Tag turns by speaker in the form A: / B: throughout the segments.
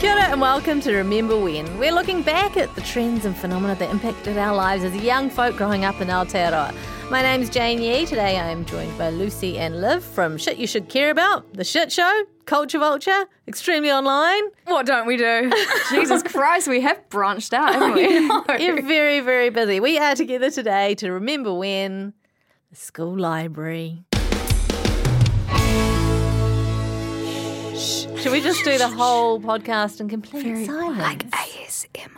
A: Kia ora and welcome to Remember When. We're looking back at the trends and phenomena that impacted our lives as young folk growing up in Aotearoa. My name's Jane Yee. Today I am joined by Lucy and Liv from Shit You Should Care About, The Shit Show, Culture Vulture, Extremely Online.
B: What don't we do? Jesus Christ, we have branched out, haven't we?
A: You're very, very busy. We are together today to remember when the school library. Shh. Should we just do the whole podcast in complete silence?
B: ASMR.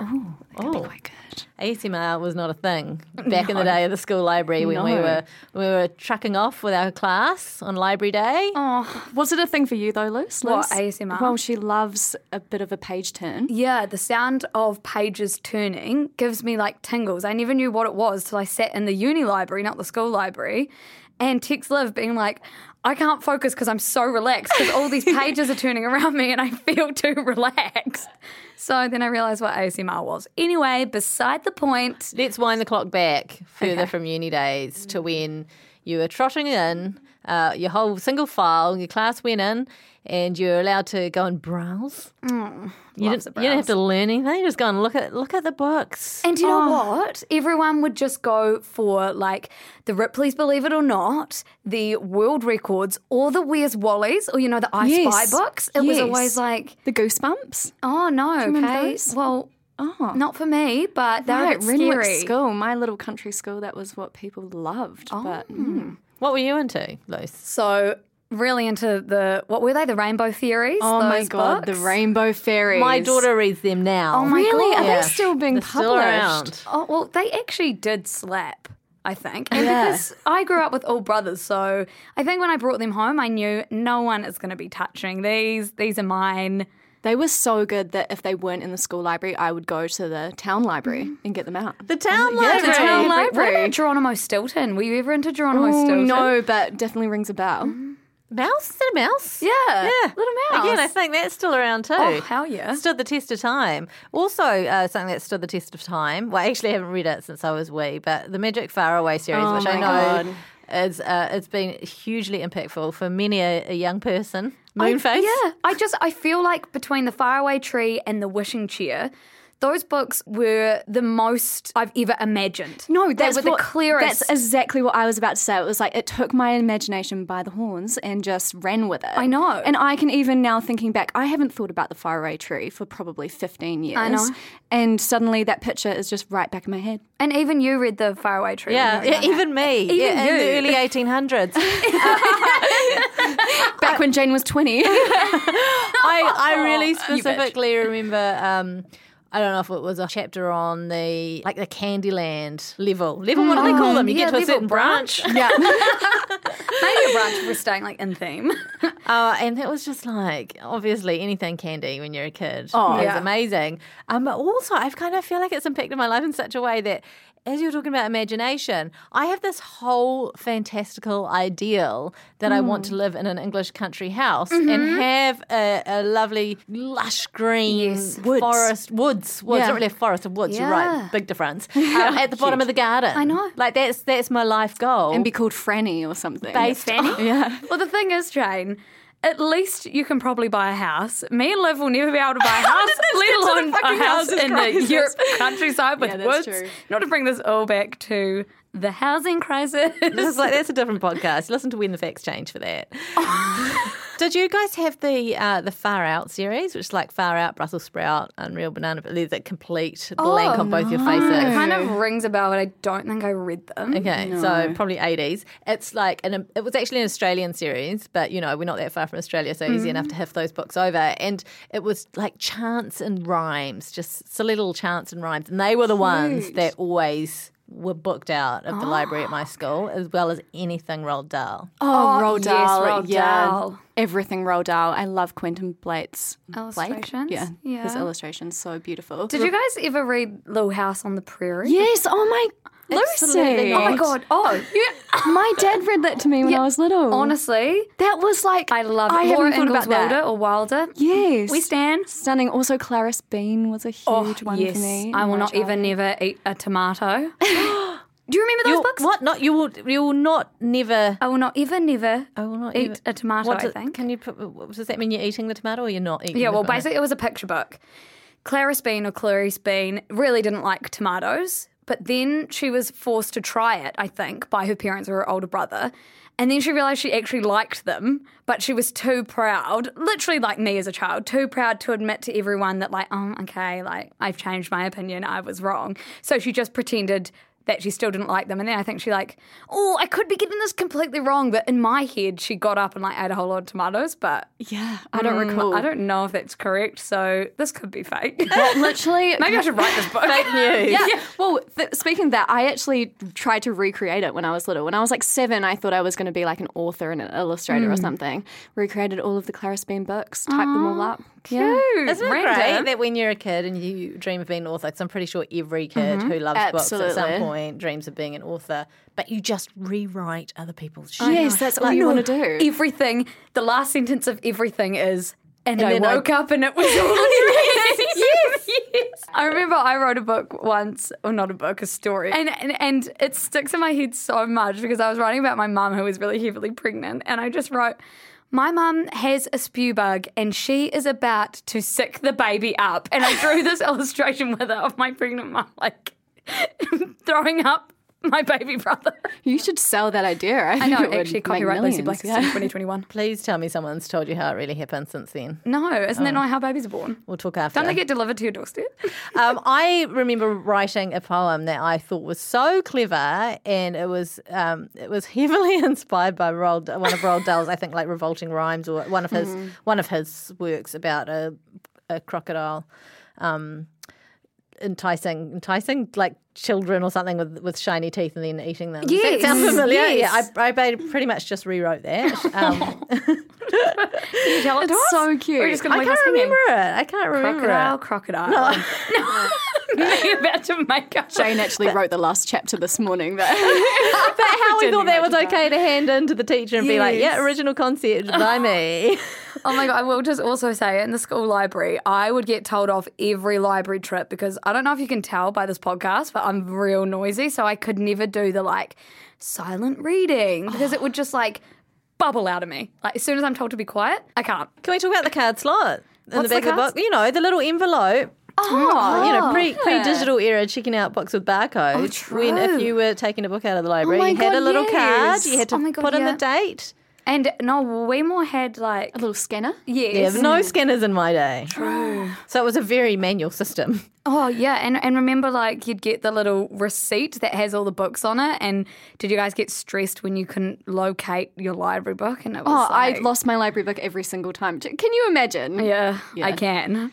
B: Oh,
A: Oh.
B: quite good.
A: ASMR was not a thing back in the
B: No.
A: day at the school library when we
B: No.
A: were we were trucking off with our class on library day.
B: Oh, was it a thing for you though, Luce?
C: What,
B: Luce?
C: ASMR?
B: Well, she loves a bit of a page turn.
C: Yeah, the sound of pages turning gives me like tingles. I never knew what it was till I sat in the uni library, not the school library, and text Liv being like, I can't focus because I'm so relaxed because all these pages are turning around me and I feel too relaxed. So then I realised what ASMR was. Anyway, beside the point,
A: Let's wind the clock back further from uni days to when you were trotting in, uh, your whole single file, your class went in, and you were allowed to go and browse.
B: Mm,
A: you,
C: loves
A: didn't,
C: a
A: you didn't have
C: browse.
A: to learn anything. You just go and look at look at the books.
C: And you know
B: Oh.
C: what? Everyone would just go for like the Ripley's Believe It or Not, the World Records, or the Where's Wally's, or you know, the I
B: Yes.
C: Spy books. It was
B: Yes.
C: always like,
B: The goosebumps.
C: oh no,
B: remember
C: okay.
B: those?
C: Well,
B: Oh.
C: not for me, but they were a
B: Right,
C: bit
B: Renwick
C: scary.
B: School, my little country school, that was what people loved. But mm.
A: What were you into, Luce?
C: So really into the what were they? The Rainbow Theories.
B: oh my
C: those
B: god,
C: books?
B: the Rainbow Fairies.
A: My daughter reads them now.
C: Oh my
B: Really?
C: god!
B: Are
A: Yeah.
B: they still being
A: They're
B: published?
A: still around.
C: Oh well, they actually did slap. I think, and
B: Yeah.
C: because I grew up with all brothers, so I think when I brought them home, I knew no one is going to be touching these. These are mine.
B: They were so good that if they weren't in the school library, I would go to the town library and get them out.
A: The town
B: Yeah, the
A: library.
B: town
C: What
B: library.
C: about Geronimo Stilton? Were you ever into Geronimo
B: Ooh,
C: Stilton?
B: Oh, no, but definitely rings a bell.
A: Mouse? Is it a mouse?
C: Yeah,
A: Yeah.
C: little mouse.
A: Again, I think that's still around too.
C: Oh, hell yeah.
A: Stood the test of time. Also, uh, something that stood the test of time. Well, I actually haven't read it since I was wee, but the Magic Faraway series,
B: Oh,
A: which I
B: my
A: know
B: God.
A: is uh, it's been hugely impactful for many a, a young person. Moonface.
C: Oh, Yeah, I just I feel like between the faraway tree and the wishing chair, those books were the most I've ever imagined.
B: No,
C: they
B: that's
C: were the
B: what-
C: clearest.
B: That's exactly what I was about to say. It was like it took my imagination by the horns and just ran with it. I
C: know.
B: And I can even now thinking back, I haven't thought about the faraway tree for probably fifteen years.
C: I know.
B: And suddenly that picture is just right back in my head.
C: and even you read the faraway tree.
A: Yeah,
C: didn't you?
A: yeah, even me. yeah, in the
C: you.
A: early 1800s.
B: Back when Jane was twenty.
A: I, I really specifically remember. Um, I don't know if it was a chapter on the like the Candyland level. Level, what do they call them? You get
C: yeah,
A: to a
C: level
A: certain branch,
B: yeah.
C: Maybe a branch if we're staying like in theme.
A: uh, and that was just like obviously anything candy when you're a kid. Oh,
C: yeah.
A: amazing. Um, but also I've kind of feel like it's impacted my life in such a way that. As you're talking about imagination, I have this whole fantastical ideal that I want to live in an English country house and have a, a lovely, lush green
C: Yes.
B: Woods.
A: forest, woods, woods,
B: Yeah.
A: not really a forest, a woods. You're right,
C: Yeah.
A: big difference. Um, at the bottom of the garden, I
C: know.
A: Like that's that's my life goal.
B: and be called Franny or something.
C: Oh,
A: based on-
C: Well, the thing is, Jane, at least you can probably buy a house. Me and Liv will never be able to buy a house, let
B: that's what a
C: alone a
B: fucking
C: house
B: house is
C: in
B: crisis.
C: the Europe countryside with
B: Yeah, that's
C: woods.
B: true.
C: Not to bring this all back to the housing crisis.
A: This is like that's a different podcast. Listen to When the Facts Change for that. Did you guys have the uh, the Far Out series, which is like Far Out, Brussels sprout, Unreal Banana? But there's a complete blank on both your
C: It
A: faces.
C: kind of rings a bell, but I don't think I read them.
A: Okay, so probably 80s. It's like an it was actually an Australian series, but you know we're not that far from Australia, so easy enough to have those books over. And it was like chants and rhymes, just silly little chants and rhymes, and they were the ones that always were booked out of the library at my school, as well as anything Roald Dahl.
B: Oh, Roald
C: yes,
B: Dahl.
C: Roald
B: yeah.
C: Dahl.
B: Everything Roald Dahl. I love Quentin Blake's Blake?
C: Illustrations?
B: Yeah. His
C: Yeah.
B: illustrations so beautiful.
C: Did you guys ever read Little House on the Prairie?
B: Yes. Oh my
A: Absolutely
B: Lucy.
C: Oh my god. Oh, yeah.
B: My dad read that to me when I was little.
C: honestly,
B: that was like
C: I love
B: I
C: it.
B: haven't
C: Laura
B: thought
C: Ingalls
B: about that.
C: Wilder or Wilder.
B: Yes.
C: We stand.
B: Stunning. Also, Clarice Bean was a huge one for me.
C: Oh, I
B: in
C: will
B: my
C: not even never eat a tomato. Do you remember those
A: You'll-
C: books?
A: What? Not you will. You will not never.
C: I will not ever, never
A: I will not
C: eat
A: ever-
C: a tomato,
A: What's
C: I
A: it-
C: think.
A: Can you? put- what- Does that mean you're eating the tomato or you're not eating?
C: Yeah,
A: the
C: well,
A: tomato?
C: basically, it was a picture book. Clarice Bean or Clarice Bean really didn't like tomatoes, but then she was forced to try it, I think, by her parents or her older brother. And then she realized she actually liked them, but she was too proud, literally like me as a child, too proud to admit to everyone that, like, oh, okay, like, I've changed my opinion, I was wrong. So she just pretended that she still didn't like them. And then I think she, like, oh, I could be getting this completely wrong. But in my head, she got up and, like, ate a whole lot of tomatoes, but
B: Yeah, I don't
C: Mm,
B: recall.
C: I don't know if that's correct, so this could be fake.
B: But literally,
C: Maybe I should write this book. fake news.
B: Yeah. Well, th- speaking of that, I actually tried to recreate it when I was little. When I was like seven, I thought I was going to be like an author and an illustrator or something. Recreated all of the Clarice Bean books, typed them all up. Yeah.
A: Isn't it great that when you're a kid and you dream of being an author? Because I'm pretty sure every kid
C: Mm-hmm.
A: who loves books at some
B: Absolutely.
A: point dreams of being an author, but you just rewrite other people's shit.
B: Yes, that's all you Oh, want to do.
C: Everything, the last sentence of everything is, and, I
A: then I-
C: woke up and it was all yes, yes, yes. I remember I wrote a book once, or not a book, a story. And, and, and it sticks in my head so much because I was writing about my mum who was really heavily pregnant, and I just wrote, my mum has a spew bug and she is about to sick the baby up. And I drew this illustration with her of my pregnant mum, like throwing up my baby brother.
B: You should sell that idea. I,
C: I
B: think
C: know,
B: it would
C: actually,
B: make
C: copyright Lucy
B: millions,
C: Black is
B: yeah.
C: in 2021.
A: Please tell me someone's told you how it really happened since then.
C: No, isn't that not how babies are born?
A: We'll talk after.
C: Don't they get delivered to your doorstep?
A: um, I remember writing a poem that I thought was so clever, and it was um, it was heavily inspired by Roald, one of Roald Dahl's, I think, like revolting rhymes or one of his one of his works about a a crocodile. Um, enticing, enticing like children or something with, with shiny teeth and then eating them. Does that sound
C: Yes,
A: familiar?
C: yes.
A: Yeah, I, I pretty much just rewrote that. Um,
C: You tell it to
B: That's
C: us?
B: so
C: Or
B: cute.
C: We're just going
A: I
C: to leave us
A: can't
C: hanging.
A: remember it. I can't remember
C: Crocodile,
A: it.
C: crocodile. No. You're about to make up.
B: Jane actually wrote the last chapter this morning. That
A: But how we
B: Didn't
A: thought that was
B: imagine
A: okay to hand in to the teacher and be like,
C: Yes.
A: yeah, original concept by me.
C: Oh my god, I will just also say in the school library, I would get told off every library trip because I don't know if you can tell by this podcast, but I'm real noisy, so I could never do the like silent reading because it would just like bubble out of me. Like as soon as I'm told to be quiet, I can't.
A: Can we talk about the card slot in the back
C: What's the
A: of the
C: card
A: box? You know, the little envelope.
C: Oh,
A: you know, pre pre digital era checking out books with barcodes.
C: true.
A: when if you were taking a book out of the library,
B: my
A: you had
B: God,
A: a little
B: yes.
A: card. You had to
C: Oh my God,
A: put in
C: yeah.
A: the date.
C: And no, Weymore had like
B: little scanner.
C: yes.
A: There were no scanners in my day. True. So it was a very manual system.
C: Oh yeah, and and remember like you'd get the little receipt that has all the books on it. And did you guys get stressed when you couldn't locate your library book? And it was
B: Oh, I
C: like-
B: lost my library book every single time. Can you imagine?
C: Yeah, I
B: Yeah.
C: can.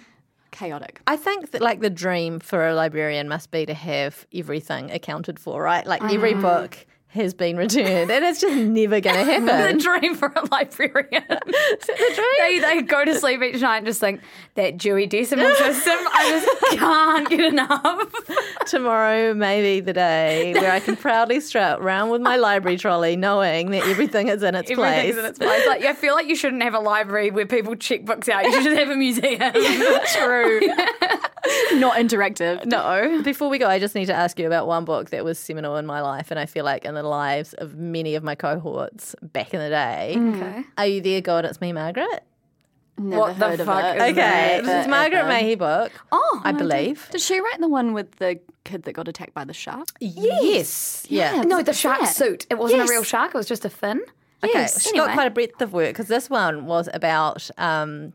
B: Chaotic.
A: I think that like the dream for a librarian must be to have everything accounted for, right? Like every book has been returned, and it's just never going to
C: The
A: happen.
C: dream for a librarian. They, they go to sleep each night and just think, that Dewey Decimal System, I just can't get enough.
A: Tomorrow may be the day where I can proudly strut round with my library trolley, knowing that everything is in its place.
C: Everything's in its place. Like, I feel like you shouldn't have a library where people check books out. You should just have a museum.
A: True.
B: Not interactive.
A: No. Before we go, I just need to ask you about one book that was seminal in my life, and I feel like in the lives of many of my cohorts back in the day.
C: Okay.
A: Are you there, God? It's me, Margaret.
B: Never
C: What the
B: heard of
C: fuck
B: it.
C: is
A: Okay,
C: Right,
A: this is Margaret Mayhew book.
C: Oh,
A: I believe.
B: Did she write the one with the kid that got attacked by the shark?
A: Yes. Yeah.
C: No, the
B: What's
C: shark
B: that?
C: suit. It wasn't
B: Yes.
C: a real shark. It was just a fin.
A: Okay,
B: Yes.
A: she got
B: Anyway.
A: quite a breadth of work because this one was about um,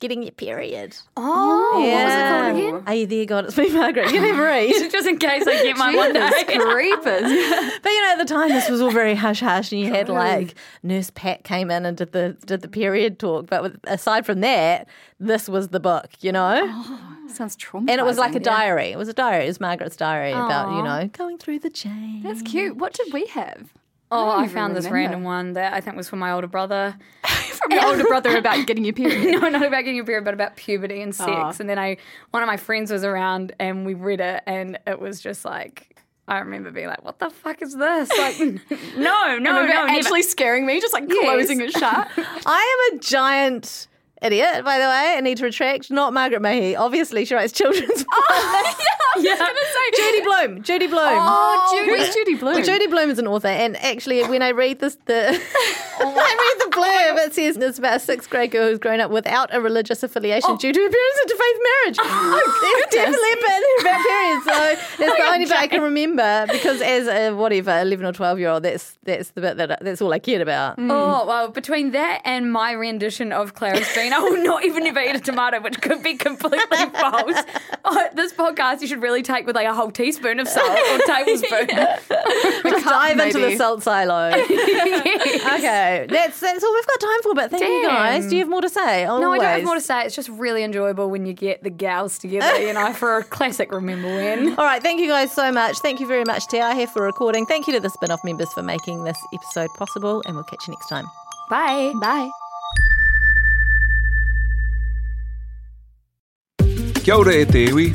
A: getting your period.
C: Oh, what was it called again?
A: Are you there, God? It's me, Margaret. You never read.
C: Just in case I get my one
B: Goodness, creepers.
A: But you know, at the time, this was all very hush hush, and you had like Nurse Pat came in and did the did the period talk. But with, aside from that, this was the book, you know.
C: Oh,
B: Sounds traumatizing.
A: and it was like a diary. It was a diary. It was Margaret's diary about you know going through the change.
B: That's cute. What did we have?
C: Oh, I,
B: even
C: found this
B: remember.
C: random one that I think was from my older brother.
B: From your older brother about getting your period.
C: no, not about getting a beer, but about puberty and sex.
B: Aw.
C: And then I, one of my friends was around, and we read it, and it was just like, I remember being like, "What the fuck is this?" Like, no, no, no,
B: Remember
C: never.
B: actually scaring me, just like closing it shut.
A: I am a giant idiot, by the way. I need to retract. Not Margaret Mayhew. Obviously, she writes children's.
C: Oh, yeah.
A: Judy Bloom. Judy Bloom.
B: Oh, Judy, who's Judy Bloom?
A: Well, Judy Bloom is an author, and actually, when I read this, the I read the
C: Oh,
A: blurb. It says it's about a sixth grade girl who's grown up without a religious affiliation
C: Oh.
A: due to her parents' interfaith marriage. Oh, there's definitely a bit there about parents. So that's the only bit I can remember because as a whatever eleven or twelve year old, that's that's the bit that that's all I cared about.
C: Oh well, between that and my rendition of Clara's Bean, I will not even ever eat a tomato, which could be completely false. Oh, this podcast you should really take with like a whole teaspoon of salt or tablespoon.
A: Just dive into the
B: maybe.
A: salt silo. okay, that's that's all we've got time for. But thank you guys.
C: Damn.
A: Do you have more to say?
C: No, I don't have
A: Always.
C: more to say. It's just really enjoyable when you get the gals together, you know, for a classic remember when.
A: All right, thank you guys so much. Thank you very much, TR here for recording. Thank you to the spin off members for making this episode possible, and we'll catch you next time.
C: Bye.
B: Bye.
D: Kia ora e te iwi,